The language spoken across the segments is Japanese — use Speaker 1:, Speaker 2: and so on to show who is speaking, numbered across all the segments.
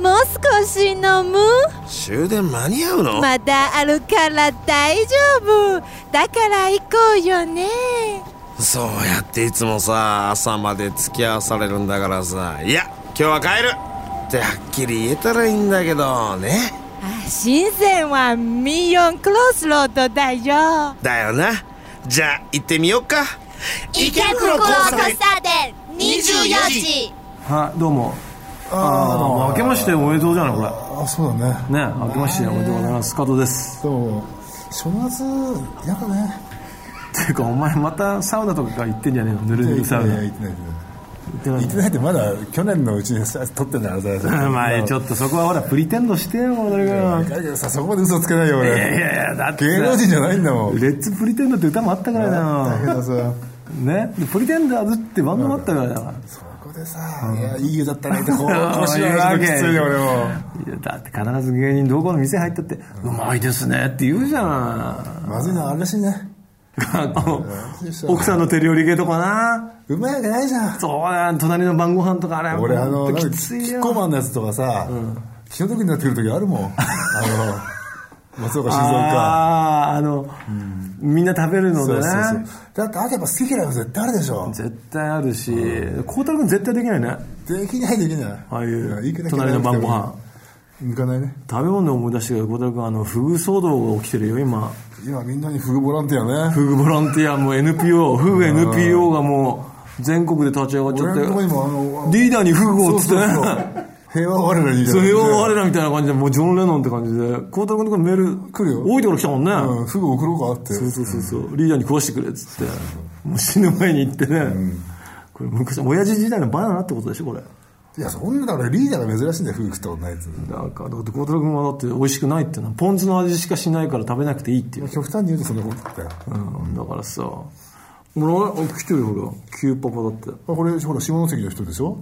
Speaker 1: もう少し飲む
Speaker 2: 終電間に合うの、
Speaker 1: まだあるから大丈夫だから行こうよね
Speaker 2: そうやっていつもさ朝まで付き合わされるんだからさいや今日は帰るってはっきり言えたらいいんだけどね
Speaker 1: あ深センはミヨンクロスロードだよ
Speaker 2: だよなじゃあ行ってみようか
Speaker 3: 池袋交差点24時
Speaker 4: はい、どうも。ああ、どうも。明けましておめでとうじゃない、これ。
Speaker 5: あそうだね
Speaker 4: ね、明けましておめでとうございます。加藤です。
Speaker 5: でも正月嫌だね
Speaker 4: っていうか、お前またサウナとか行ってんじゃねえのぬるぬるサウナ。行
Speaker 5: 行って
Speaker 4: ってない
Speaker 5: ない行ってない行ってないってまだ去年のうちにさ取ってんだから さ
Speaker 4: まあ、ちょっとそこはほら、プリテンドしてよ、俺が。
Speaker 5: だけどさそこまで嘘つけないよ俺
Speaker 4: いやいやいや、だってさ。
Speaker 5: 芸能人じゃないんだもん
Speaker 4: レッツプリテンドって歌もあったからだ
Speaker 5: だけ
Speaker 4: よ。
Speaker 5: どさ
Speaker 4: ね。でプリテンダーズってバンドもあったからだよ。
Speaker 5: そこでさいやいい湯だったねってこう腰
Speaker 4: 言うわ
Speaker 5: は
Speaker 4: け
Speaker 5: きついよ俺も
Speaker 4: いや、だって必ず芸人どこの店入ったって、うまいですねって言うじゃん。
Speaker 5: まずいのはあるらしいね
Speaker 4: 奥さんの手料理系とかな。
Speaker 5: うまいわけないじゃん
Speaker 4: そうだよ隣の晩ご飯とかあれ
Speaker 5: 俺あの
Speaker 4: ほん
Speaker 5: なん
Speaker 4: と
Speaker 5: か
Speaker 4: きつい
Speaker 5: キッ
Speaker 4: よ
Speaker 5: コーマンのやつとかさ気の毒になってくる時あるもんあの松岡静岡
Speaker 4: あああの、みんな食べるので
Speaker 5: そう
Speaker 4: ね
Speaker 5: そうそうだってあれば好き嫌いは絶対あるでしょ
Speaker 4: 絶対あるし孝太郎君絶対できないね
Speaker 5: できないできない
Speaker 4: ああい
Speaker 5: やいく
Speaker 4: う
Speaker 5: ら
Speaker 4: 隣の晩ご
Speaker 5: 嫌いな
Speaker 4: 飯
Speaker 5: くても行かないね
Speaker 4: 食べ物で思い出して孝太郎君あのフグ騒動が起きてるよ今
Speaker 5: 今みんなにフグボランティアね
Speaker 4: フグボランティアも NPO フグ NPO がもう全国で立ち上がっちゃ
Speaker 5: 俺
Speaker 4: って
Speaker 5: のとこにもあの
Speaker 4: リーダーにフグを
Speaker 5: そう
Speaker 4: っつって
Speaker 5: そう
Speaker 4: ね
Speaker 5: そう平和我ら に
Speaker 4: そう平和我
Speaker 5: ら
Speaker 4: らみたいな感じでもうジョン・レノンって感じで孝太郎君のとこにメール
Speaker 5: 来るよ
Speaker 4: 多いところ来たもんね、
Speaker 5: うんフグ送ろうかって
Speaker 4: そうそうそうそうリーダーに食わしてくれっつってもう死ぬ前に行ってね、これ昔親父時代のバナナってことでしょこれ
Speaker 5: いやそんなだからリーダーが珍しいんだよフグ食ったことないやつ
Speaker 4: なんかだって孝太郎君はだって美味しくないっていうのはポン酢の味しかしないから食べなくていいっていう、
Speaker 5: 極端に言うとそんなことだったよ
Speaker 4: うん、だからさ俺あ来てるよほらキューパパだって
Speaker 5: これほら下関の人でしょ、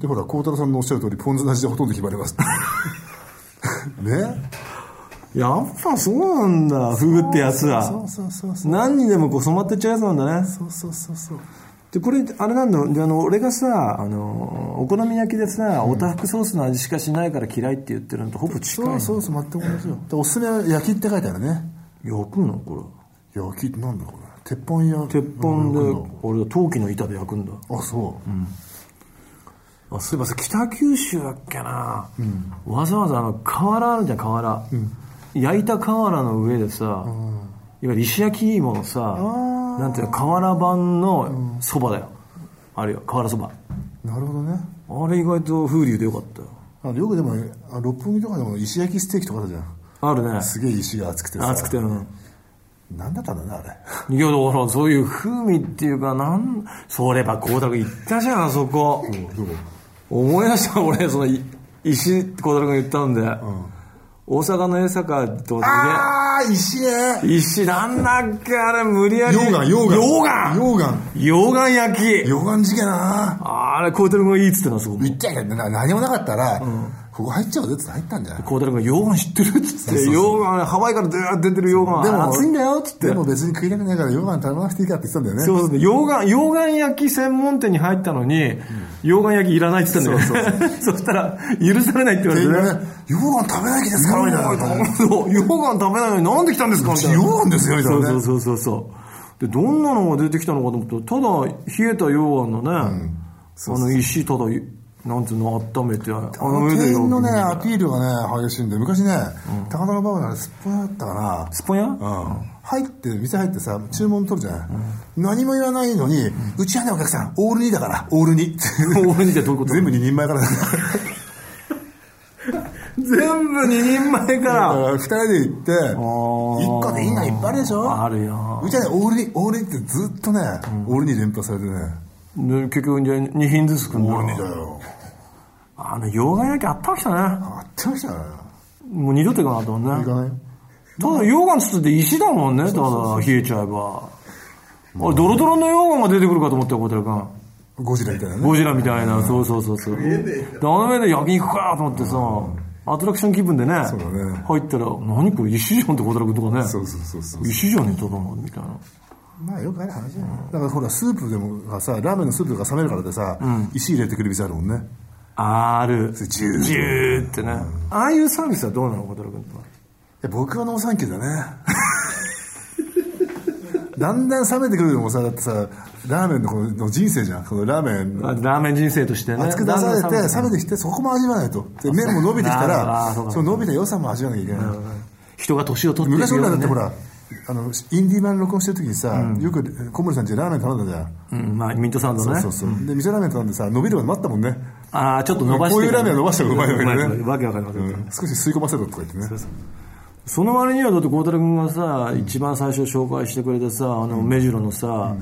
Speaker 5: でほら孝太郎さんのおっしゃる通りポン酢なしでほとんど決まります ね
Speaker 4: やっぱそうなんだフグってやつ
Speaker 5: そ
Speaker 4: は
Speaker 5: うそうそうそう
Speaker 4: 何にでもこう染まってっちゃうやつなんだね
Speaker 5: そうそうそうそう
Speaker 4: でこれあれなんだであの俺がさあのお好み焼きでさおたふくソースの味しかしないから嫌いって言ってるのとほぼ近い
Speaker 5: そうそうそう全く同じよでおすすめは焼きって書いてあるね
Speaker 4: 焼くのこれ
Speaker 5: 焼きってなんだこれ鉄板や
Speaker 4: 鉄板で
Speaker 5: うん焼くの
Speaker 4: 俺陶器の板で焼くんだ
Speaker 5: あそう、
Speaker 4: あそういえばさ北九州だっけな、わざわざあの瓦あるじゃん瓦、焼いた瓦の上でさ、いわゆる石焼き芋のさなんていうの瓦版のそばだよ、あるよ瓦そば
Speaker 5: なるほどね
Speaker 4: あれ意外と風流でよかったよ
Speaker 5: あのよくでもあ六本木とかでも石焼きステーキとかあるじゃん
Speaker 4: あるね
Speaker 5: すげえ石が厚くてさ
Speaker 4: 熱くてうん
Speaker 5: なんだったんだねあれ
Speaker 4: いやだからそういう風味っていうかなんそういえば光太君言ったじゃんあそこ、思い出した俺そのい石って光太君言ったんで、大阪の江坂とか
Speaker 5: ああ石ね
Speaker 4: で石なんだっけあれ無理やり
Speaker 5: 溶岩溶岩
Speaker 4: 溶岩
Speaker 5: 溶岩
Speaker 4: 溶岩焼き
Speaker 5: 溶岩事件な
Speaker 4: あれ光太君がいいっつってなそこ
Speaker 5: 言っちゃいけないな何もなかったら、ここ入っちゃうぜっつって入ったんじゃない
Speaker 4: 光太君が溶岩知ってるっつって溶岩ハワイからずーっと出てる溶岩
Speaker 5: でも
Speaker 4: 熱いんだよっつって
Speaker 5: でも別に食いられないから溶岩頼まなくていいかって言ってたんだよね
Speaker 4: そうそうそう溶岩溶岩焼き専門店に入ったのに、溶岩焼きいらないって言ったんだよねそしたら許されないって言わ
Speaker 5: で
Speaker 4: れ
Speaker 5: 今
Speaker 4: てね
Speaker 5: ね溶岩食べない気ですからみたいな
Speaker 4: そう溶岩食べないのになんで来たんですかみたいな
Speaker 5: 溶岩ですよみたいなね
Speaker 4: そうそうそうそうそうでどんなのが出てきたのかと思ったらただ冷えた溶岩のね、あの石ただなんつうの温めてあ
Speaker 5: あの店員のね、
Speaker 4: あ
Speaker 5: アピールがね、激しいんで、昔ね、高田馬場のあれ、すっぽん屋だったかな。
Speaker 4: スポニャ
Speaker 5: うん。入って、店入ってさ、注文取るじゃない。何も言わないのに、うちはね、お客さん、オール2だから、オール2。
Speaker 4: オール二ってどういうこと
Speaker 5: 全部2人前からだ
Speaker 4: 全部二人前か
Speaker 5: からら。2人で行って、1個でいいのいっぱいあるでしょ
Speaker 4: あるよ
Speaker 5: うちはね、オール2、オール2ってずっとね、オール2連発されてね、
Speaker 4: で結局じゃあ2品ずつ組ん
Speaker 5: オ
Speaker 4: だ
Speaker 5: ール2だよ。
Speaker 4: あの溶岩焼きあったわけだね
Speaker 5: あってましたね。
Speaker 4: もう二度と行かなかったもん
Speaker 5: 行
Speaker 4: ね
Speaker 5: かない
Speaker 4: ただ溶岩つつって石だもんねただ冷えちゃえばあれドロドロの溶岩が出てくるかと思ったよ小寺君
Speaker 5: ゴジラみたいなね。
Speaker 4: ゴジラみたいなそうそうそうそうであの上で焼き肉かと思ってさアトラクション気分でね
Speaker 5: うだね
Speaker 4: 入ったら何これ石じゃんって小寺君とかね
Speaker 5: そうそうそうそう。
Speaker 4: 石じゃねえただのみたいな
Speaker 5: まあよくある話だよ、だからほらスープでもさラーメンのスープが冷めるからでさ、石入れてくる店あるもんね
Speaker 4: あ R
Speaker 5: それジュー
Speaker 4: ジューってね、ああいうサービスはどうなの小太郎君とは
Speaker 5: や僕はノーサンキューだねだんだん冷めてくるのもさだってさラーメンのこの人生じゃんこのラーメン
Speaker 4: あラーメン人生としてね
Speaker 5: 熱く出さ
Speaker 4: だ
Speaker 5: れ
Speaker 4: んだん
Speaker 5: て冷めてきてそこも味わわないとで麺も伸びてきた
Speaker 4: あー
Speaker 5: ら
Speaker 4: そうか
Speaker 5: その伸びた良さも味わわなきゃいけない
Speaker 4: 人が年を取ってい
Speaker 5: 昔
Speaker 4: く
Speaker 5: 俺
Speaker 4: よ
Speaker 5: ら
Speaker 4: う
Speaker 5: だ
Speaker 4: に
Speaker 5: って
Speaker 4: ね
Speaker 5: ほらあのインディー版録音してる時にさ、よく小森さんちでラーメン頼んだじゃん、
Speaker 4: うんまあ、ミントサンド
Speaker 5: そう
Speaker 4: ね
Speaker 5: そうそう、で味噌ラーメン頼んでさ伸びるまで待ったもんね
Speaker 4: ああちょっと伸ばして
Speaker 5: こういうラーメンは伸ばした方がうまいわけね
Speaker 4: わけわかんないわけわかんない
Speaker 5: うん少し吸い込ませろとか言ってね
Speaker 4: その割にはだって孝太郎君がさ、一番最初紹介してくれたさあの目白のさ、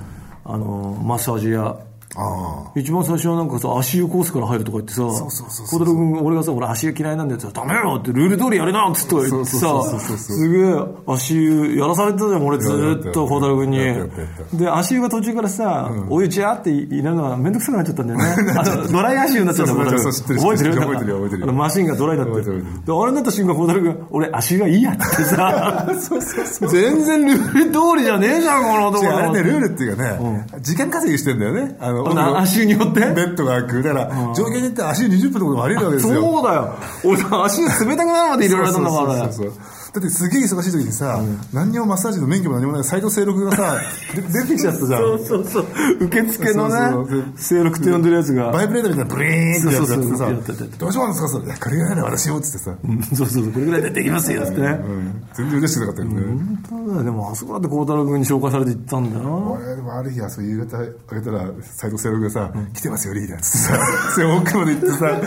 Speaker 4: あのマッサージ屋
Speaker 5: あ
Speaker 4: 一番最初はなんかさ足湯コースから入るとか言ってさ
Speaker 5: うそうそう
Speaker 4: 孝
Speaker 5: そう
Speaker 4: 太郎君が俺がさ俺足湯嫌いなんだよってダメよってルール通りやれなっつって言って
Speaker 5: そ
Speaker 4: さ
Speaker 5: うそうそうそうそう
Speaker 4: すげえ足湯やらされてたじゃん俺ずーっと孝太郎君に
Speaker 5: やったやったやった
Speaker 4: で足湯が途中からさ、お湯ジャーっていながらめんどくさくなっちゃったんだよねあのドライ足湯になっちゃった
Speaker 5: そ
Speaker 4: 孝
Speaker 5: うそう
Speaker 4: 太郎
Speaker 5: そう知ってる
Speaker 4: 覚えてる
Speaker 5: 知ってる覚えてる覚えてる
Speaker 4: あのマシンがドライだって
Speaker 5: 覚えてる
Speaker 4: で
Speaker 5: 覚え
Speaker 4: あれになった瞬間孝太郎君俺足湯がいいやってさ 全然ルール通りじゃ ねえじゃんこの
Speaker 5: あ違
Speaker 4: 男
Speaker 5: うあれねルールっていうかね、時間稼ぎしてんだよねあの
Speaker 4: な足湯によって
Speaker 5: ベッドが空くだから上限に行って足20分のこともあり得るわけですよ
Speaker 4: そうだよ俺さ足が冷たくなるまでいろいろやったんだから
Speaker 5: そうそうそうそうだってすげえ忙しい時にさ、何にもマッサージの免許も何もない斎藤清六 がさで出てきちゃったじゃん
Speaker 4: そうそうそう受付
Speaker 5: そ
Speaker 4: の
Speaker 5: うそう
Speaker 4: ね勢力って呼んでるやつが
Speaker 5: バイブレーターみたいなブリーンってやつやっ
Speaker 4: そう
Speaker 5: て
Speaker 4: そうそうやっ
Speaker 5: さ
Speaker 4: てたやってた
Speaker 5: どうしようんですかそれいやこれぐらいなら私もっつってさ、
Speaker 4: うんそうそうそうこれぐらい出てきますよってね
Speaker 5: うん全然嬉しくなかったけどね、
Speaker 4: 本当だよでもあそこだって孝太郎君に紹介されて行ったんだよ
Speaker 5: 俺でもある日あそう夕方あげたら斎藤清六がさ、来てますよリーダー」っつってさ それ奥まで行って さ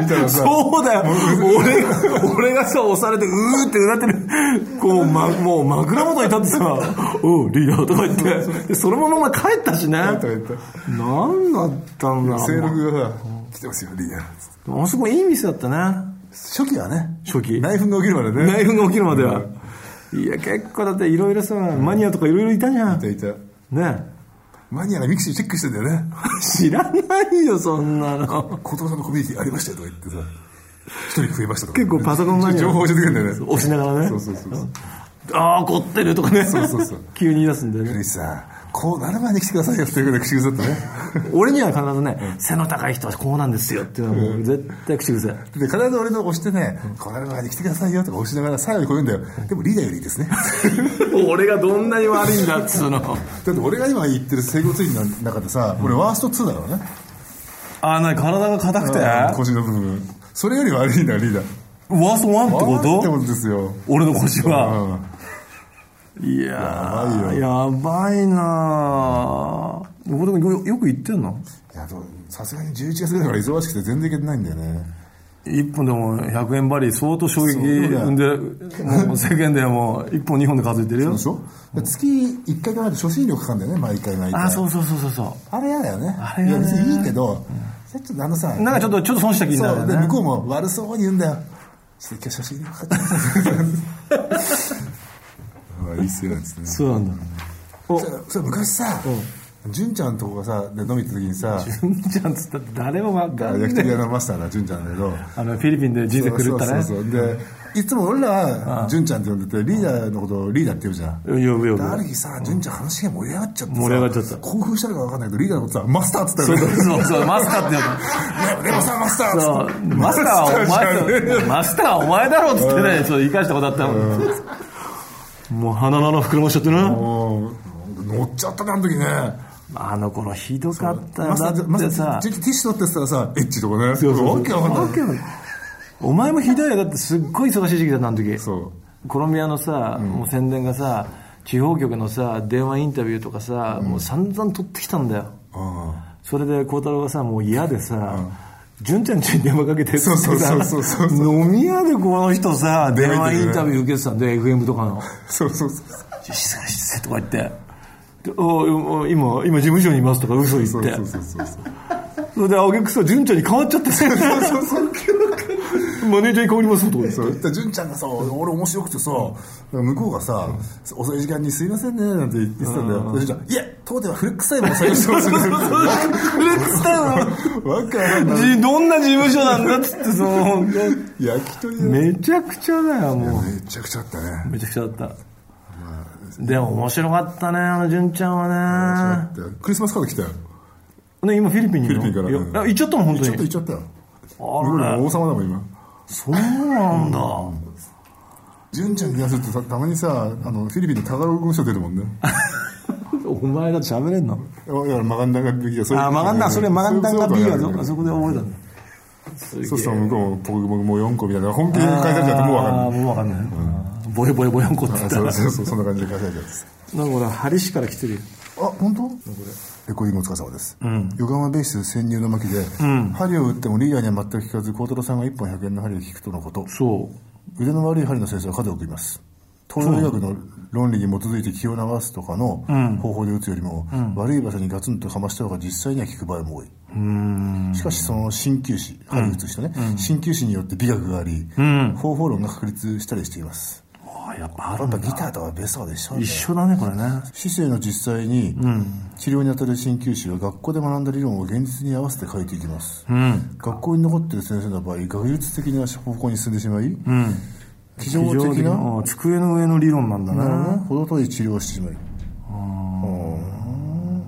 Speaker 5: 見たらさ
Speaker 4: そうだよ俺が俺がさ押されてうーってうなってるこう、ま、もう枕元に立ってさ「おうリーダー」とか言ってでそのまま帰ったしね
Speaker 5: とか言った
Speaker 4: 何だったんだ
Speaker 5: 清
Speaker 4: ろ
Speaker 5: 六がさ「来てますよリーダー」っつって
Speaker 4: うあそこいい店だったね
Speaker 5: 初期はね
Speaker 4: 初期
Speaker 5: 内紛が起きるまでね
Speaker 4: 内紛が起きるまでは。いや、結構だっていろいろさ、マニアとかいろいろいたじゃん。
Speaker 5: いたいた
Speaker 4: ね
Speaker 5: マニアがミクシーチェックしてんだよね
Speaker 4: 知らないよ、そんなの。
Speaker 5: 「小太郎さんのコミュニティありましたよ」とか言ってさ一人増えましたとか
Speaker 4: 結構パソコンマニア。
Speaker 5: 情報教えてくれんだよね
Speaker 4: 押しながらね。
Speaker 5: そうそうそうそう
Speaker 4: ああ、凝ってるとかね。
Speaker 5: そうそうそう
Speaker 4: 急に言い出すんだよね
Speaker 5: 古。市さんこうなる前に来てくださいよっていうぐらい口癖だったね
Speaker 4: 俺には必ずね、背の高い人はこうなんですよっていうのはもう絶対口癖。
Speaker 5: で必ず俺の押してね「こうなる前に来てくださいよ」とか押しながら最後にこう言うんだよでもリーダーよりいいですね
Speaker 4: 俺がどんなに悪いんだっつうの。
Speaker 5: だって俺が今言ってる整骨院の中でさ俺ワースト2だからね
Speaker 4: ああ、なに体が硬くて
Speaker 5: 腰の部分それより悪いんだよリーダー
Speaker 4: ワーストワンってこ
Speaker 5: 悪いってこととですよ
Speaker 4: 俺の腰は。
Speaker 5: うん
Speaker 4: いやーやばいなー小太郎君よよく言ってんの
Speaker 5: いやでもさすがに11月ぐらいから忙しくて全然いけてないんだよね
Speaker 4: 一本でも100円バリ相当衝撃
Speaker 5: そう
Speaker 4: でもう世間ではもう一本二本で数えてるよ
Speaker 5: でしょで月1回かかると初心料かかるんだよね毎回毎回
Speaker 4: あそうそうそうそうそ
Speaker 5: あれ嫌だよね
Speaker 4: あれ嫌
Speaker 5: い
Speaker 4: だ
Speaker 5: や
Speaker 4: ね
Speaker 5: 別にいいけどちょっとあのさ
Speaker 4: うなんかちょっとちょっと損した気になる
Speaker 5: そ
Speaker 4: よ
Speaker 5: うで
Speaker 4: ね
Speaker 5: 向こうも悪そうに言うんだよちょっと今日初心料かかって ます あいいっすよなんつってね
Speaker 4: そうなんだお
Speaker 5: それそれ昔さ純ちゃんとこがさで飲み行った時 にさ
Speaker 4: 純ちゃんっつったって誰もわかん
Speaker 5: 焼き
Speaker 4: ない
Speaker 5: 鳥屋のマスターだ純ちゃんだけど
Speaker 4: あのフィリピンで人生狂ったね
Speaker 5: そうそうそうでいつも俺らは純ちゃんって呼んでてリーダーのことをリーダーって呼ぶじゃん
Speaker 4: 呼ぶ呼ぶ
Speaker 5: である日さ純ちゃん話が盛り上がっちゃってさ
Speaker 4: 盛り上がっちゃった
Speaker 5: 興奮したのか分かんないけどリーダーのことさマスターっつった
Speaker 4: そう
Speaker 5: よね
Speaker 4: そうそうマスターって呼ぶ
Speaker 5: でもさマスターっつ
Speaker 4: そ
Speaker 5: っ
Speaker 4: う
Speaker 5: て
Speaker 4: マスターはお前だろマスターはお前だろっつってねそう言い返したことあったもんもう鼻の穴膨らましちゃってな
Speaker 5: うん乗っちゃったなあの時ね
Speaker 4: あの頃ひどかったよ
Speaker 5: マスタ
Speaker 4: だ
Speaker 5: ーマ
Speaker 4: って
Speaker 5: スタ
Speaker 4: さ
Speaker 5: ー純ちゃんティッシュ取ってたらさエッチとかね
Speaker 4: そうそうそう
Speaker 5: わけわかんない
Speaker 4: わけわかんないお前もひどいよだってすっごい忙しい時期だったあの時
Speaker 5: そう
Speaker 4: コロンビアのさ、もう宣伝がさ地方局のさ電話インタビューとかさ、もう散々取ってきたんだよ
Speaker 5: あ
Speaker 4: それで孝太郎がさもう嫌でさ、純ちゃんちに電話かけて
Speaker 5: そうそうそうそうそう
Speaker 4: ってさ飲み屋でこの人さ電
Speaker 5: 電話
Speaker 4: 話
Speaker 5: イン
Speaker 4: イ
Speaker 5: タビュー
Speaker 4: ンタビュー受けてたんで FM とかの
Speaker 5: あそうそうそう
Speaker 4: 「静かにして」とか言ってでおお今今事務所にいます」とか嘘言って
Speaker 5: そうそうそうそうそう
Speaker 4: それで青げくさ純ちゃんに変わっちゃってさ
Speaker 5: そうそう
Speaker 4: マネージャーに変わりますとか言って
Speaker 5: そうで純ちゃんがさ俺面白くてさ向こうがさ遅い時間に「すいませんね」なんて言ってたんだよで純ちゃん「いや当店はフレックスタイムを採用してます」
Speaker 4: フレックスタイ
Speaker 5: わけわかんない
Speaker 4: ムどんな事務所なんだっつってその
Speaker 5: 焼き鳥屋
Speaker 4: めちゃくちゃだよも
Speaker 5: めちゃくちゃあった
Speaker 4: う
Speaker 5: ね
Speaker 4: めちゃくちゃだったでも面白かったねあの純ちゃんはね
Speaker 5: クリスマスカード来たよ
Speaker 4: ね今フィリピンにいるの
Speaker 5: フィリピンから
Speaker 4: いやあ行っちゃったの本
Speaker 5: ち
Speaker 4: 当
Speaker 5: ょっと行っ
Speaker 4: に
Speaker 5: ちゃったよ向こうが王様だもん今
Speaker 4: そうなんだ。
Speaker 5: 純ちゃんに出すとたたまにさあのフィリピンのタガログの人出るも んね
Speaker 4: お前だって喋れんの
Speaker 5: いやマガンダガビギア
Speaker 4: あ、曲がんだ、それ曲がんだがビーガーあそこで
Speaker 5: 思
Speaker 4: 覚えた
Speaker 5: えた
Speaker 4: んだ。すげえ
Speaker 5: そうしたら向こうもポケモンも4個みたいな本気で返されちゃってもう分かん
Speaker 4: あー
Speaker 5: ない
Speaker 4: もうわかんない。ボヨボヨボヨンコって言
Speaker 5: あ
Speaker 4: った
Speaker 5: そ
Speaker 4: ら。な
Speaker 5: うん
Speaker 4: か
Speaker 5: そうそうそんな感じで返されちゃって
Speaker 4: これ、ハリ市から来てるよ。
Speaker 5: あ本当レコーディングお疲れ様です、横浜ベース潜入の巻で、針を打ってもリーダーには全く効かず孝太郎さんが1本100円の針を引くとのこと
Speaker 4: そう。
Speaker 5: 腕の悪い針の先生は風を送ります東洋医学の論理に基づいて気を流すとかの方法で打つよりも、悪い場所にガツンとかました方が実際には効く場合も多いしかしその鍼灸師針打つ人ね鍼灸師によって美学があり、方法論が確立したりしています
Speaker 4: あやっぱあ
Speaker 5: や
Speaker 4: る
Speaker 5: っ
Speaker 4: ん
Speaker 5: ぱ
Speaker 4: だ。
Speaker 5: ギターとかベースはでしょうね
Speaker 4: 一緒だね、これね。
Speaker 5: 市政の実際に治療に当たる鍼灸師は学校で学んだ理論を現実に合わせて書いていきます、学校に残っている先生の場合学術的な方向に進んでしまい、机上
Speaker 4: 非常
Speaker 5: 的
Speaker 4: に
Speaker 5: な
Speaker 4: あ机の上の理論なんだ
Speaker 5: なる
Speaker 4: ね。
Speaker 5: ほどね程遠い治療をしてしまいうん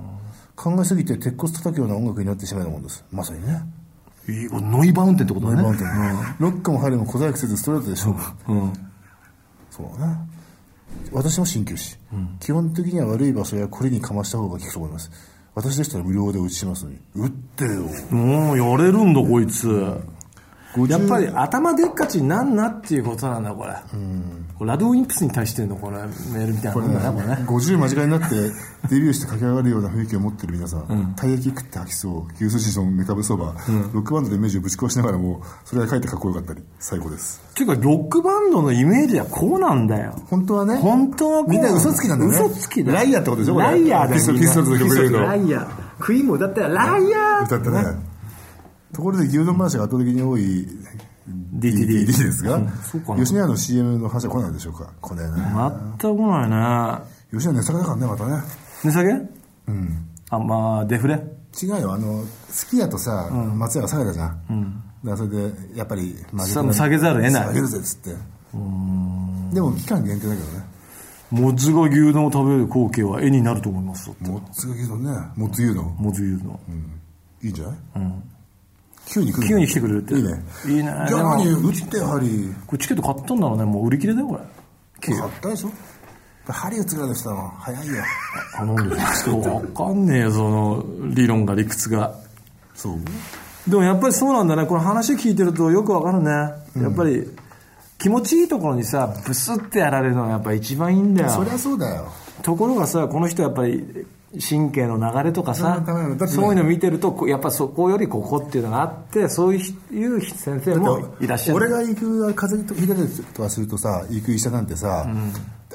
Speaker 5: 考えすぎて鉄骨叩くような音楽になってしまうようなものですまさにね
Speaker 4: いいこれノイバウンテンってことだね。
Speaker 5: なんていうのロックも針も小細工せずストレートで勝負、そうだね私も鍼灸師、基本的には悪い場所やこれにかました方が効くと思います私でしたら無料で打ちしますのに打ってよ
Speaker 4: もうやれるんだこいつやっぱり頭でっかちになんなっていうことなんだこれこれラドウィンプスに対してのこれメールみたいなもんだねこれね
Speaker 5: 50間近になってデビューして駆け上がるような雰囲気を持ってる皆さんたい焼き食って吐きそう牛すじのメカブそば、ロックバンドでイメージをぶち壊しながらもそれが書いてかっこよかったり最高です
Speaker 4: っていうかロックバンドのイメージはこうなんだよ
Speaker 5: 本当はね
Speaker 4: 本当はこう
Speaker 5: みんな嘘つきなんだよ
Speaker 4: 嘘
Speaker 5: ね
Speaker 4: つきだよ
Speaker 5: ライアーってことでしょこれ
Speaker 4: ライアーだよ
Speaker 5: ピストル
Speaker 4: みんな
Speaker 5: ピストルズの曲で
Speaker 4: ピ
Speaker 5: 言うと
Speaker 4: ストルライアークイーンも歌ったよライアー
Speaker 5: 歌ったねところで牛丼話が圧倒的に多い
Speaker 4: DTD
Speaker 5: DTD ですが
Speaker 4: そうかな
Speaker 5: 吉野家の CM の話は来ないでしょうか来ないね
Speaker 4: 全く来ないね
Speaker 5: 吉野家値下げだからねまたね
Speaker 4: 値下げあまあデフレ
Speaker 5: 違うよあのすき家とさ松屋が下げたじゃんだからそれでやっぱり負
Speaker 4: さ下げざるを得ない
Speaker 5: 下げるぜっつってでも期間限定だけどね
Speaker 4: もつが牛丼を食べる光景は絵になると思いますだって
Speaker 5: もっつが牛丼ねもっつ牛丼
Speaker 4: もつ牛丼
Speaker 5: いいんじゃない急に来る
Speaker 4: 急に来てくれるって
Speaker 5: いいね
Speaker 4: いいね
Speaker 5: じゃあ何打ってよハリー
Speaker 4: これチケット買ったんだろうねもう売り切れだよこれ
Speaker 5: 買ったでしょハリー打つぐらいの人だもん早いよ
Speaker 4: 頼んでますけど分かんねえよその理論が理屈が
Speaker 5: そう
Speaker 4: でもやっぱりそうなんだねこの話聞いてるとよく分かるねやっぱり気持ちいいところにさブスってやられるのがやっぱ一番いいんだ
Speaker 5: そ
Speaker 4: よ
Speaker 5: りゃそうだよ
Speaker 4: ところがさこの人やっぱり神経の流れとかさ
Speaker 5: うんダメだだってね
Speaker 4: そういうの見てるとこうやっぱそこよりここっていうのがあってそういうひいう先生もいらっしゃる
Speaker 5: 俺が行く風邪とひいたりとかするとさ行く医者なんてさ、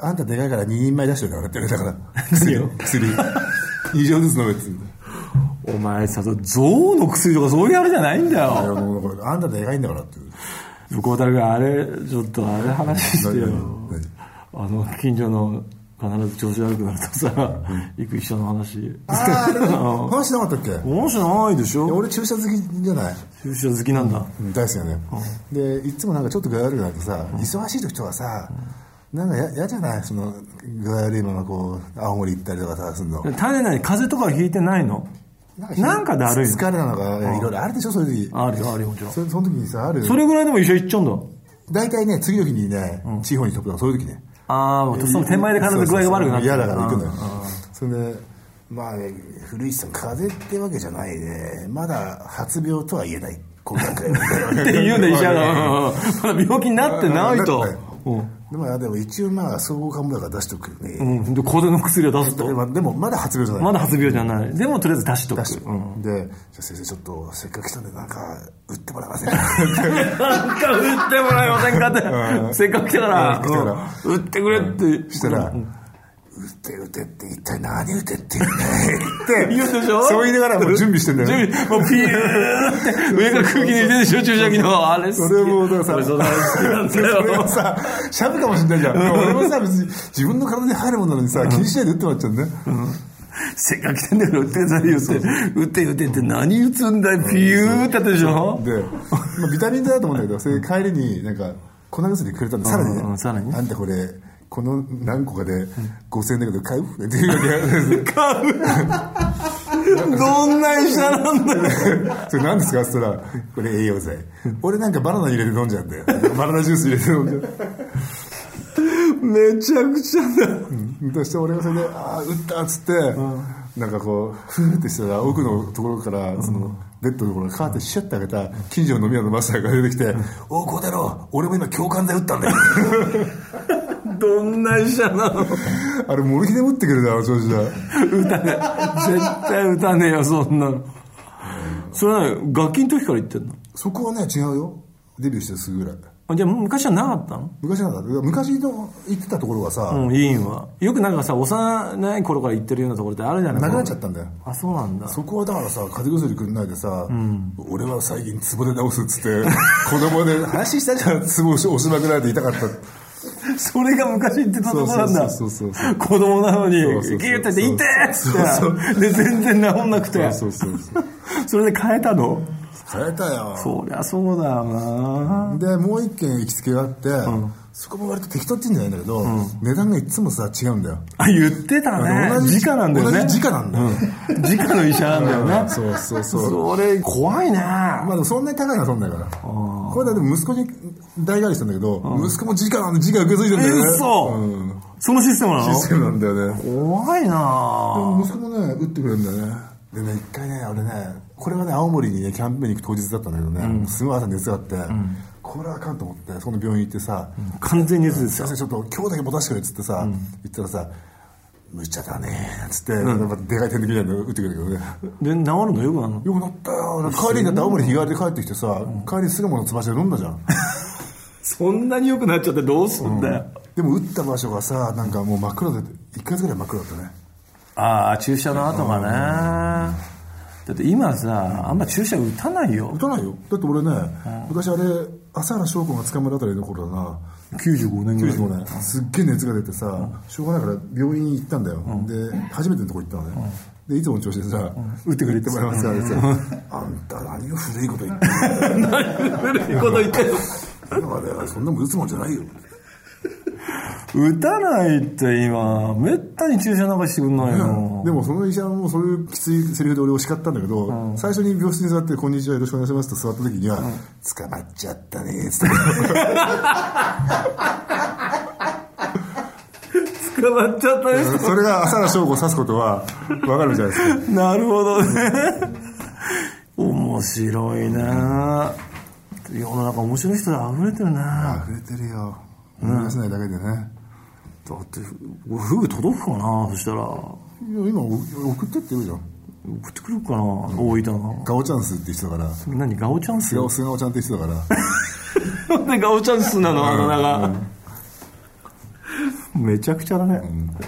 Speaker 5: あんたでかいから2人前出してるからって言われたから薬を 薬2錠ずつ飲めっつうんだよ
Speaker 4: お前さ象の薬とかそういうあれじゃないんだよ
Speaker 5: あのこれあんたでかいんだからって
Speaker 4: 孝太郎君あれちょっとあれ話してよ
Speaker 5: 何何
Speaker 4: あの近所の必ず調子悪くなるとさ、行く医者の話
Speaker 5: ああれ 話しなかったっけい
Speaker 4: 面白いでし
Speaker 5: や
Speaker 4: ょ
Speaker 5: 俺注射好きじゃない
Speaker 4: 注射好きなんだ、
Speaker 5: うん大好きだね、でいつもなんかちょっと具合悪くなるとさ、忙しい時とかさ、なんかや嫌じゃないその具合悪いままこう青森行ったりとかさすんの
Speaker 4: 種ない風邪とかひいてないのなんかだるいの
Speaker 5: 疲れなのかいやいろいろあるでしょそういう時
Speaker 4: あるよあるよもちろん
Speaker 5: そその時にさある
Speaker 4: それぐらいでも医者行っちゃうんだ
Speaker 5: 大体ね次の日にね、地方に飛ぶとかそういう時ね
Speaker 4: ああその手前で必ず具合が悪くなっ
Speaker 5: る
Speaker 4: ちゃ
Speaker 5: 嫌
Speaker 4: う
Speaker 5: だから行くのよそれでまあね古市さん風邪ってわけじゃないねまだ発病とは言 えないこの段階は
Speaker 4: って言 うんだ医者がうんまだ病気になってないと
Speaker 5: なってない
Speaker 4: うん
Speaker 5: でもでも一応まあ総合科目だから出しとくよね、
Speaker 4: うんで風邪の薬を出す
Speaker 5: で
Speaker 4: と
Speaker 5: までもまだ発病じゃない
Speaker 4: まだ発病じゃないでもとりあえず出しとく
Speaker 5: 出して、
Speaker 4: うん
Speaker 5: でじゃあ先生ちょっとせっかく来たんでなんか打ってもらえま せんか
Speaker 4: なんか売ってもらえませんかって、せっかく来たから
Speaker 5: せっかく来たか
Speaker 4: う
Speaker 5: ら、
Speaker 4: ん売ってくれって。
Speaker 5: したら「打って打てって一体何打てって言うんだい」っ て
Speaker 4: 言うでしょ
Speaker 5: そう言いながらもう準備してんだよね
Speaker 4: 準備、もうピューって、上が空気抜いてるでしょ、注射器の。あれ
Speaker 5: それもだからさ
Speaker 4: 俺その話好きなんだ
Speaker 5: それ
Speaker 4: よ
Speaker 5: は。さ、シャブかもしれないじゃん。俺もさ、別に自分の体に入るものなのにさ、気にしないで打ってもらっちゃうね。
Speaker 4: せっかく来てんだから売ってくださいよって。売って売ってって何打つんだよ、ピューってやってるでしょ
Speaker 5: で、まあビタミン剤だと思うんだけど、それで帰りになんか、粉薬くれたんで、さらに
Speaker 4: うんうんさらに
Speaker 5: ね、あんたこれ、この何個かで5000円だけど買うって言うわけ。
Speaker 4: 買う。どんな医者なんだよ
Speaker 5: それ何ですかそしたらこれ栄養剤俺なんかバナナ入れて飲んじゃうんだよバナナジュース入れて飲んじゃう
Speaker 4: めちゃくちゃだ
Speaker 5: そして俺がそれで「ああ打った」っつって、なんかこうふーってしたら奥のところからそのベッドのところからカーテンシュッて開けた近所の飲み屋のマスターが出てきて「おおこうだろう俺も今共感剤打ったんだよ」
Speaker 4: どんな医者なの
Speaker 5: あれモルヒネ打ってくるだろ調子だ
Speaker 4: 歌ね絶対歌ねえよそんなのそれは何楽器の時から言ってんの
Speaker 5: そこはね違うよデビューしてすぐぐらい
Speaker 4: あじゃあ昔はなかったの
Speaker 5: 昔なんだ昔の行ってたところはさ、
Speaker 4: うん委員はよくなんかさ幼い頃から言ってるようなところってあるじゃない
Speaker 5: なくなっちゃったんだよ
Speaker 4: あそうなんだ
Speaker 5: そこはだからさ風邪薬くんないでさ、俺は最近ツボで治すっつって子供 で話したじゃんツボ押し押しまくられて痛かった
Speaker 4: それが昔言ってたとこなんだ
Speaker 5: そうそうそうそうそう
Speaker 4: 子供なのに
Speaker 5: そうそうそう
Speaker 4: ギュッてやって「痛え!」っつ
Speaker 5: そう
Speaker 4: っ
Speaker 5: そ
Speaker 4: てで全然治んなくて
Speaker 5: そうそうそう
Speaker 4: それで変えたの
Speaker 5: 変えたよ
Speaker 4: そりゃそうだよな
Speaker 5: でもう一軒行きつけがあって、そこも割と適当って言うんじゃないんだけど、値段がいつもさ違うんだよ
Speaker 4: あ言ってたね
Speaker 5: 同じ
Speaker 4: 直なんだよね
Speaker 5: 同じ直なんだよ
Speaker 4: うん直の医者なんだよね
Speaker 5: そうそうそう
Speaker 4: それ怖いね
Speaker 5: まあでもそんなに高いのはそんないから。これだでも息子に代替わりしたんだけど、息子も直なんで直が受け継いでんだよね。
Speaker 4: 嘘
Speaker 5: うん
Speaker 4: そのシステムなの
Speaker 5: システムなんだよね。
Speaker 4: 怖いな
Speaker 5: 息子もね、打ってくれるんだよね。でね、一回ね、俺ね、これはね、青森にね、キャンペーンに行く当日だったんだけどね、すごい朝熱があって、これはあかんと思って、そこの病院行ってさ、
Speaker 4: 完全に熱です
Speaker 5: すい
Speaker 4: よ
Speaker 5: ません、ちょっと今日だけ持たせてくれっつってさ、言ったらさ、無茶だねっつって、やっぱでかい点滴みたいなの打ってくれたけどね。
Speaker 4: で治るのよくなるの
Speaker 5: よくなったよ。帰りになって青森日帰りで帰ってきてさ、帰りすぐものつばしで飲んだじゃん。
Speaker 4: そんなによくなっちゃってどうすんだよ、
Speaker 5: でも打った場所がさなんかもう真っ黒で1ヶ月ぐらい真っ黒だったね
Speaker 4: ああ注射の後がねだって今さあんま注射打たないよ
Speaker 5: 打たないよだって俺ね、昔あれ朝原翔子が捕まるあたりの頃だな95年ぐらい95年すっげえ熱が出てさ、しょうがないから病院行ったんだよ、で初めてのとこ行ったのね、でいつもの調子でさ、打ってくれってもらいますからさ、あんた何が古いこと言ってん
Speaker 4: 古いこと言ってる
Speaker 5: のあれそんなもん打つもんじゃないよ
Speaker 4: 打たないって今めったに注射なんかしてくんないよ
Speaker 5: でもその医者もそういうきついセリフで俺を叱ったんだけど、最初に病室に座って「こんにちはよろしくお願いします」って座った時には「捕まっちゃったね」っつって
Speaker 4: 捕まっちゃったね
Speaker 5: それが朝原翔吾を指すことは分かるじゃないですか
Speaker 4: なるほどね面白いな世の中面白い人で溢れてるな
Speaker 5: 溢れてるよ思い出せないだけでね、
Speaker 4: だって俺フグ届くかなそしたら送
Speaker 5: いや今お送ってって言うじゃん
Speaker 4: ってくるかな大分の
Speaker 5: ガオチャンスって人だから
Speaker 4: 何ガオチャンス
Speaker 5: 菅尾菅尾ちゃんって人だから
Speaker 4: なんで ガオチャンスなのあの名がめちゃくちゃだね、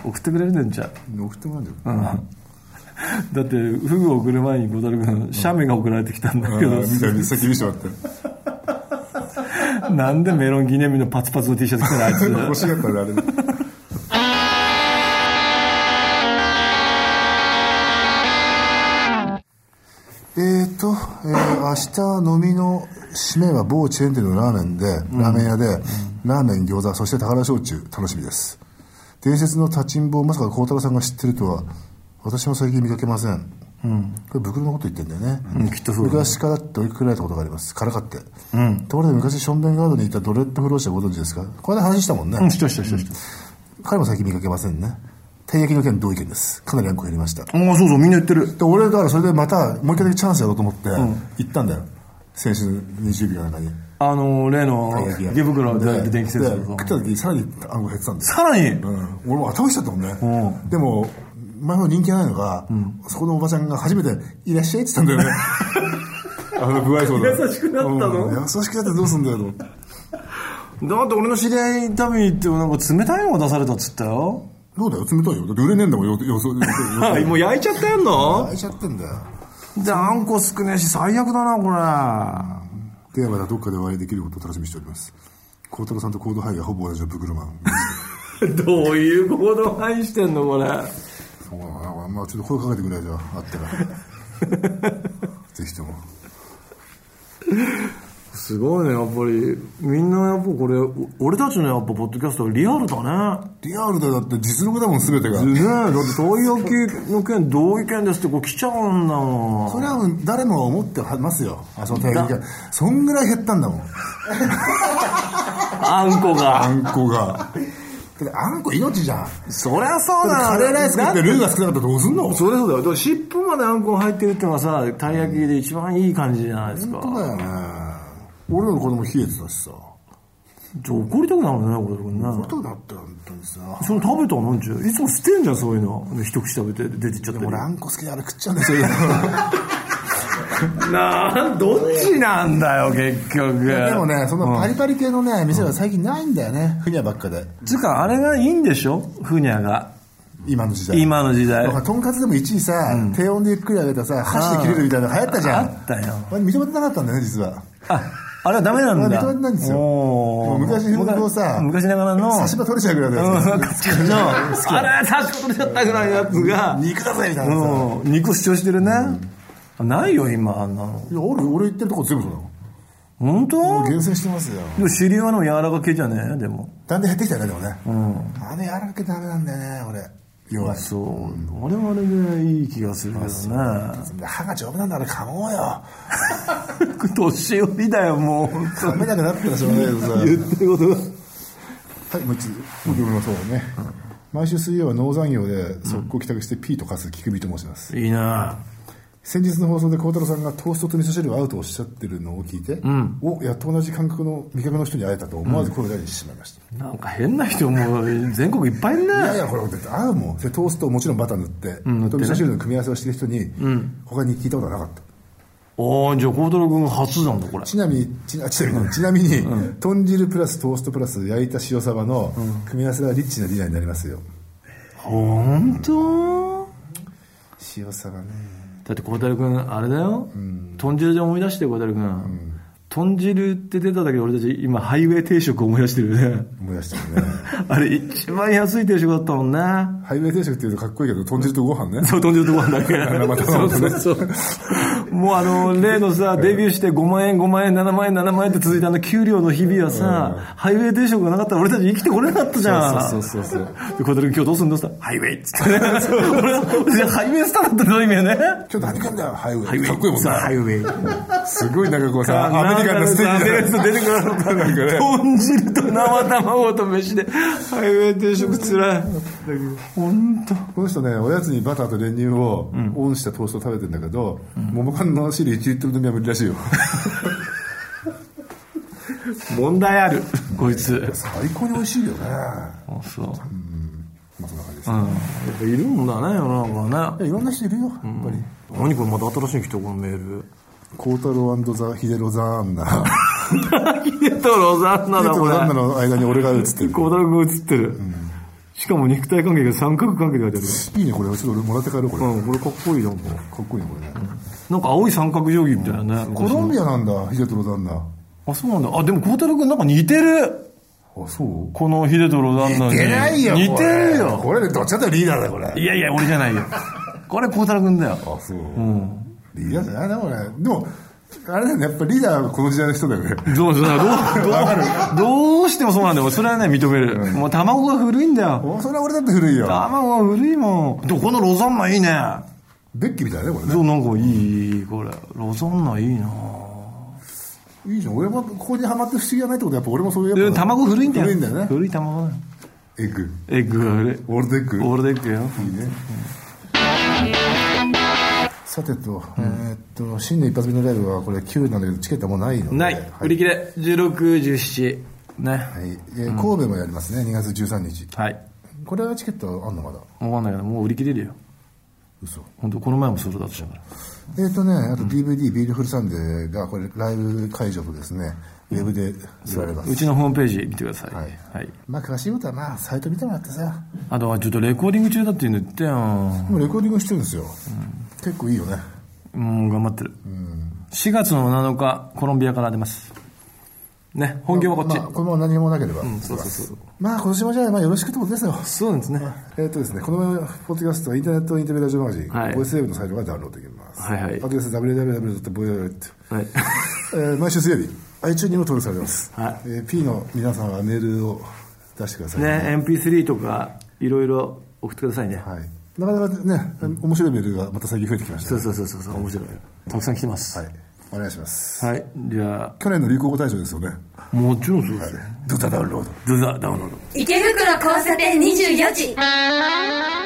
Speaker 4: 送ってくれるねんじゃん
Speaker 5: 送ってもらうんじゃん、
Speaker 4: だってフグを送る前に小樽君写メが送られてきた んだけど、
Speaker 5: 見た見さっき見せてもらって
Speaker 4: なんでメロン記念日のパツパツの T シャツ着てるあいつ
Speaker 5: 欲 しかったねあれえーと、えー明日飲みの締めは某チェーン店のラーメンで、ラーメン屋で、ラーメン餃子そして宝焼酎楽しみです伝説の立ちんぼをまさか孝太郎さんが知ってるとは私も最近見かけません、これ袋のこと言ってんだよね、
Speaker 4: うんきっとそうだね
Speaker 5: 昔からって追いかけられたことがありますからかって、ところで昔ションベンガードにいたドレッドフローシャご存知ですかこれで話したもんね、
Speaker 4: うんしたしたしたした
Speaker 5: 彼も最近見かけませんねたい焼きの件同意見ですかなり暗黒やりましたで
Speaker 4: ああそうそうみんな言ってる
Speaker 5: 俺だからそれでまたもう一回だけチャンスやろうと思って行ったんだよ、先週の日曜日かなんかに
Speaker 4: あの例の
Speaker 5: たい焼き屋
Speaker 4: 池袋で電気
Speaker 5: で
Speaker 4: 製造
Speaker 5: 食った時さらに暗号減ってたんだよ、
Speaker 4: さらに
Speaker 5: うん、俺も頭きちゃったもんね、
Speaker 4: う
Speaker 5: でも前の人気がないのが、そこのおばちゃんが初めて「いらっしゃい」って言ったんだよね あの不愛想だ
Speaker 4: 優しくなったの
Speaker 5: うん優しくなってどうすんだよと思って
Speaker 4: だって俺の知り合いに食べに行ってもなんか冷たいのが出されたっつったよ
Speaker 5: どうだよ冷たいよだって売れねえんだもんよよそよ そ
Speaker 4: もう焼いちゃってんの
Speaker 5: 開いちゃってんだよ
Speaker 4: であんこ少ねえし最悪だなこれ
Speaker 5: ではまたどっかでお会いできることを楽しみにしております孝太郎さんと行動範囲がほぼ同じのブクロマン
Speaker 4: どういう行動範囲してんのこれ
Speaker 5: そうだなまあちょっと声かけてくれじゃ ああったらぜひとも
Speaker 4: すすごいねやっぱりみんなやっぱこれお俺たちのやっぱポッドキャストリアルだね
Speaker 5: リアルだよだって実力だもん全てが
Speaker 4: ねえだってたい焼きの件同意見ですってこう来ちゃうんだもん
Speaker 5: それは誰もが思ってはますよあその大役がそんぐらい減ったんだもん
Speaker 4: あんこ
Speaker 5: あ
Speaker 4: が
Speaker 5: んこ がだってあんこ命じゃん
Speaker 4: そりゃそうだよ
Speaker 5: カレーライス食ってルーが少なかったらどうすんの
Speaker 4: それそうだよだから尻尾まであんこが入ってるってのはさたい焼きで一番いい感じじゃないですか
Speaker 5: 本当だよね俺らの子供冷えてたしさ
Speaker 4: ちょ怒りたくなるねこれね
Speaker 5: どうだって本当にさ
Speaker 4: それ食べたのなんちゅういつも捨てんじゃんそういうので一口食べて出てっちゃってる
Speaker 5: 俺あんこ好きであれ食っちゃうんですよ
Speaker 4: なあどっちなんだよ結局
Speaker 5: でもねそのパ
Speaker 4: リ
Speaker 5: リパリ系のね店は最近ないんだよねふにゃばっかで
Speaker 4: つうかあれがいいんでしょふにゃが
Speaker 5: 今の時代
Speaker 4: 今の時代
Speaker 5: だからとんかつでも一位さ、低温でゆっくり揚げたさ箸で切れるみたいなの流行ったじゃん
Speaker 4: あったよ
Speaker 5: あれ認めてなかったんだよね実は
Speaker 4: ああれはダメなんだ
Speaker 5: あれ認めないんですよ
Speaker 4: おー
Speaker 5: もう昔風のさ
Speaker 4: 昔昔ながらの
Speaker 5: 差し歯取れちゃうぐらいだよ
Speaker 4: うんカチカチのあれ差し歯取れちゃったぐらいのやつが
Speaker 5: 肉だぜみたいなさ、いや
Speaker 4: うん肉主張してるねないよ今あんなの
Speaker 5: 俺俺言ってるとこ全部そうだも
Speaker 4: 本
Speaker 5: ん
Speaker 4: 当
Speaker 5: もう厳選してますよ
Speaker 4: でも主流はでも柔らか系じゃねえでも
Speaker 5: だんだん減ってきたよねでもね、あれやらなきゃダメなんだよね俺弱い
Speaker 4: そうあれはあれでいい気がするけどね
Speaker 5: 歯が丈夫なんだから噛もうよ
Speaker 4: 年寄りだよもう
Speaker 5: 噛めなくなったらしょうがないけど さ
Speaker 4: 言ってることが
Speaker 5: はい、もう一つ、もう読みましょうね。毎週水曜は農産業で速攻帰宅してピーと化す菊美と申します。
Speaker 4: いいな
Speaker 5: 先日の放送で孝太郎さんがトーストと味噌汁は合うとおっしゃってるのを聞いて、お、やっと同じ感覚の味覚の人に会えたと思わず声を大にしてしまいました。
Speaker 4: なんか変な人も全国いっぱいいんね
Speaker 5: いやいや、これ、だって合うもん。それトーストをもちろんバター塗って、と味噌汁の組み合わせをしてる人に、他に聞いたことはなかった。
Speaker 4: ああじゃあ孝太郎君初なんだこれ
Speaker 5: ちなみに、ちなちなみに、ちなみに、豚汁プラストーストプラス焼いた塩サバの組み合わせはリッチなディナーになりますよ。
Speaker 4: 本当
Speaker 5: 塩サバね。
Speaker 4: だって孝太郎君あれだよ、豚汁で思い出してよ孝太郎君、豚汁って出ただけで俺たち今ハイウェイ定食思い出してるよ ね
Speaker 5: 思い出したもんね。
Speaker 4: あれ一番安い定食だったもんね
Speaker 5: ハイウェイ定食っていうとかっこいいけど、豚汁とご飯ね。
Speaker 4: そう豚汁とご飯だけ
Speaker 5: また
Speaker 4: そうそうそうもうあの例のさデビューして5万円5万円7万円7万円って続いたあの給料の日々はさ、ハイウェイ定食がなかったら俺たち生きてこれなかったじゃん
Speaker 5: そうそうそうそう。
Speaker 4: で、小鳥君今日どうすんのって言ったらハイウェイっつって ね。俺は、ハイウェイスターだったの今ね。
Speaker 5: 今日何かんだよ、ハイウェイ。かっこいいもんな。
Speaker 4: イウェイ。
Speaker 5: すごいなんかこうさ、アメリカンなステー
Speaker 4: ア
Speaker 5: ジ
Speaker 4: メリカン出てくるのか
Speaker 5: なんかね
Speaker 4: 豚汁と生卵と飯で、ハイウェイ定食つらい。ほんと。
Speaker 5: この人ね、おやつにバターと練乳をオンしたトーストを食べてんだけど、桃缶の汁1リットル飲みは無理らしいよ。
Speaker 4: 問題ある。こいつ。
Speaker 5: 最高に美味しいよね。
Speaker 4: あ、そう。や
Speaker 5: まあそんな感じです。
Speaker 4: っぱいるもんだね、世の中ね。
Speaker 5: いやいろんな人いるよ、やっぱり。
Speaker 4: 何これまた新しい人このメ ール。
Speaker 5: コータローザ・ヒデロザー ンナ。
Speaker 4: ヒデとロザンナ
Speaker 5: ヒデ
Speaker 4: だ、
Speaker 5: と
Speaker 4: こ
Speaker 5: ザーンナ
Speaker 4: れ。
Speaker 5: の間に俺が映ってる。
Speaker 4: 小太郎君映ってる。しかも肉体関係が三角関係で書いてある。
Speaker 5: いいね、これ。ちょっと俺もらって帰ろう、これ。
Speaker 4: うん、これかっこいいな、もう。
Speaker 5: かっこいいね、これね。
Speaker 4: なんか青い三角定規みたいなね。
Speaker 5: コロンビアなんだ、ヒデとロザーンナ。
Speaker 4: あ、そうなんだ。あ、でも孝太郎くんなんか似てる。
Speaker 5: あ、そう
Speaker 4: この秀太郎旦那に。似てるよ。
Speaker 5: これどっちだってリーダーだよ、これ。
Speaker 4: いやいや、俺じゃないよ。これ孝太郎くんだよ。
Speaker 5: あそう、リーダーじゃないなこれでもあれだよねやっぱリーダーはこの時代の人だよね
Speaker 4: どう、どう、どう、どうしてもそうなんだよ。俺それはね、認める。もう卵が古いんだよ。
Speaker 5: おそれは俺だって古いよ
Speaker 4: 卵が古いもん。でもこのロザンナいいね。
Speaker 5: ベッキーみたいだねこれ
Speaker 4: どう、
Speaker 5: ね
Speaker 4: なんかいいいい、これ。ロザンナいいない
Speaker 5: いじゃん俺もここにはまって不思議じゃないってことはやっぱ俺もそういうや
Speaker 4: で
Speaker 5: っぱ
Speaker 4: 卵古いんだよ。
Speaker 5: 古いんだよね
Speaker 4: 古い卵だよ。
Speaker 5: エッグ
Speaker 4: エッグが古い。
Speaker 5: オールドエッグ
Speaker 4: オールデッグよ。
Speaker 5: いいね、さてと、えーっと新年一発目のライブはこれ9なんだけどチケットはもうないので
Speaker 4: ない。
Speaker 5: は
Speaker 4: 売り切れ。16、17。ね。
Speaker 5: はいえー神戸もやりますね2月13日
Speaker 4: はい。
Speaker 5: これはチケットあんのまだ
Speaker 4: わかんないけど、もう売り切れるよ。
Speaker 5: 嘘
Speaker 4: 本当この前もそれだったから。
Speaker 5: えーとね、あと DVD、ビールフルサンデーが、これ、ライブ会場とですね、ウェブで売られます。
Speaker 4: うちのホームページ見てください。
Speaker 5: は
Speaker 4: はいい。
Speaker 5: まあ、詳しいことは、まあ、サイト見てもらってさ。
Speaker 4: あとはちょっとレコーディング中だっていうの言ったよ。
Speaker 5: もうレコーディングしてるんですよ。結構いいよね。
Speaker 4: うん、頑張ってる。4月の7日、コロンビアから出ます。ね、本業はこっち。
Speaker 5: まあ、このまま何もなければ。
Speaker 4: そうそうそう。
Speaker 5: まあ、今年もじゃあ、まあ、よろしくってことですよ。
Speaker 4: そうなんですね。
Speaker 5: えーとですね、このポッドキャストはインターネットインタビューラジオマガジン、
Speaker 4: はい
Speaker 5: ボイスウェブのサイトがダウンロードできます。
Speaker 4: はいはい
Speaker 5: アドレス www.voice。
Speaker 4: はい。
Speaker 5: えー毎週水曜日、 iTunes にも登録されます、
Speaker 4: はい
Speaker 5: えー P の皆さんはメールを出してください
Speaker 4: ね MP3 とかいろいろ送ってくださいね、
Speaker 5: はい、なかなかね、面白いメールがまた最近増えてきました
Speaker 4: そう
Speaker 5: ね
Speaker 4: そうそうそうそう面白いたくさん来てます
Speaker 5: はいお願いします
Speaker 4: はい、じゃ
Speaker 5: 去年の流行語大賞ですよね
Speaker 4: あもちろんそうですよ
Speaker 5: ドタダウンロード
Speaker 4: ドザダウンロード
Speaker 6: 池袋交差点24時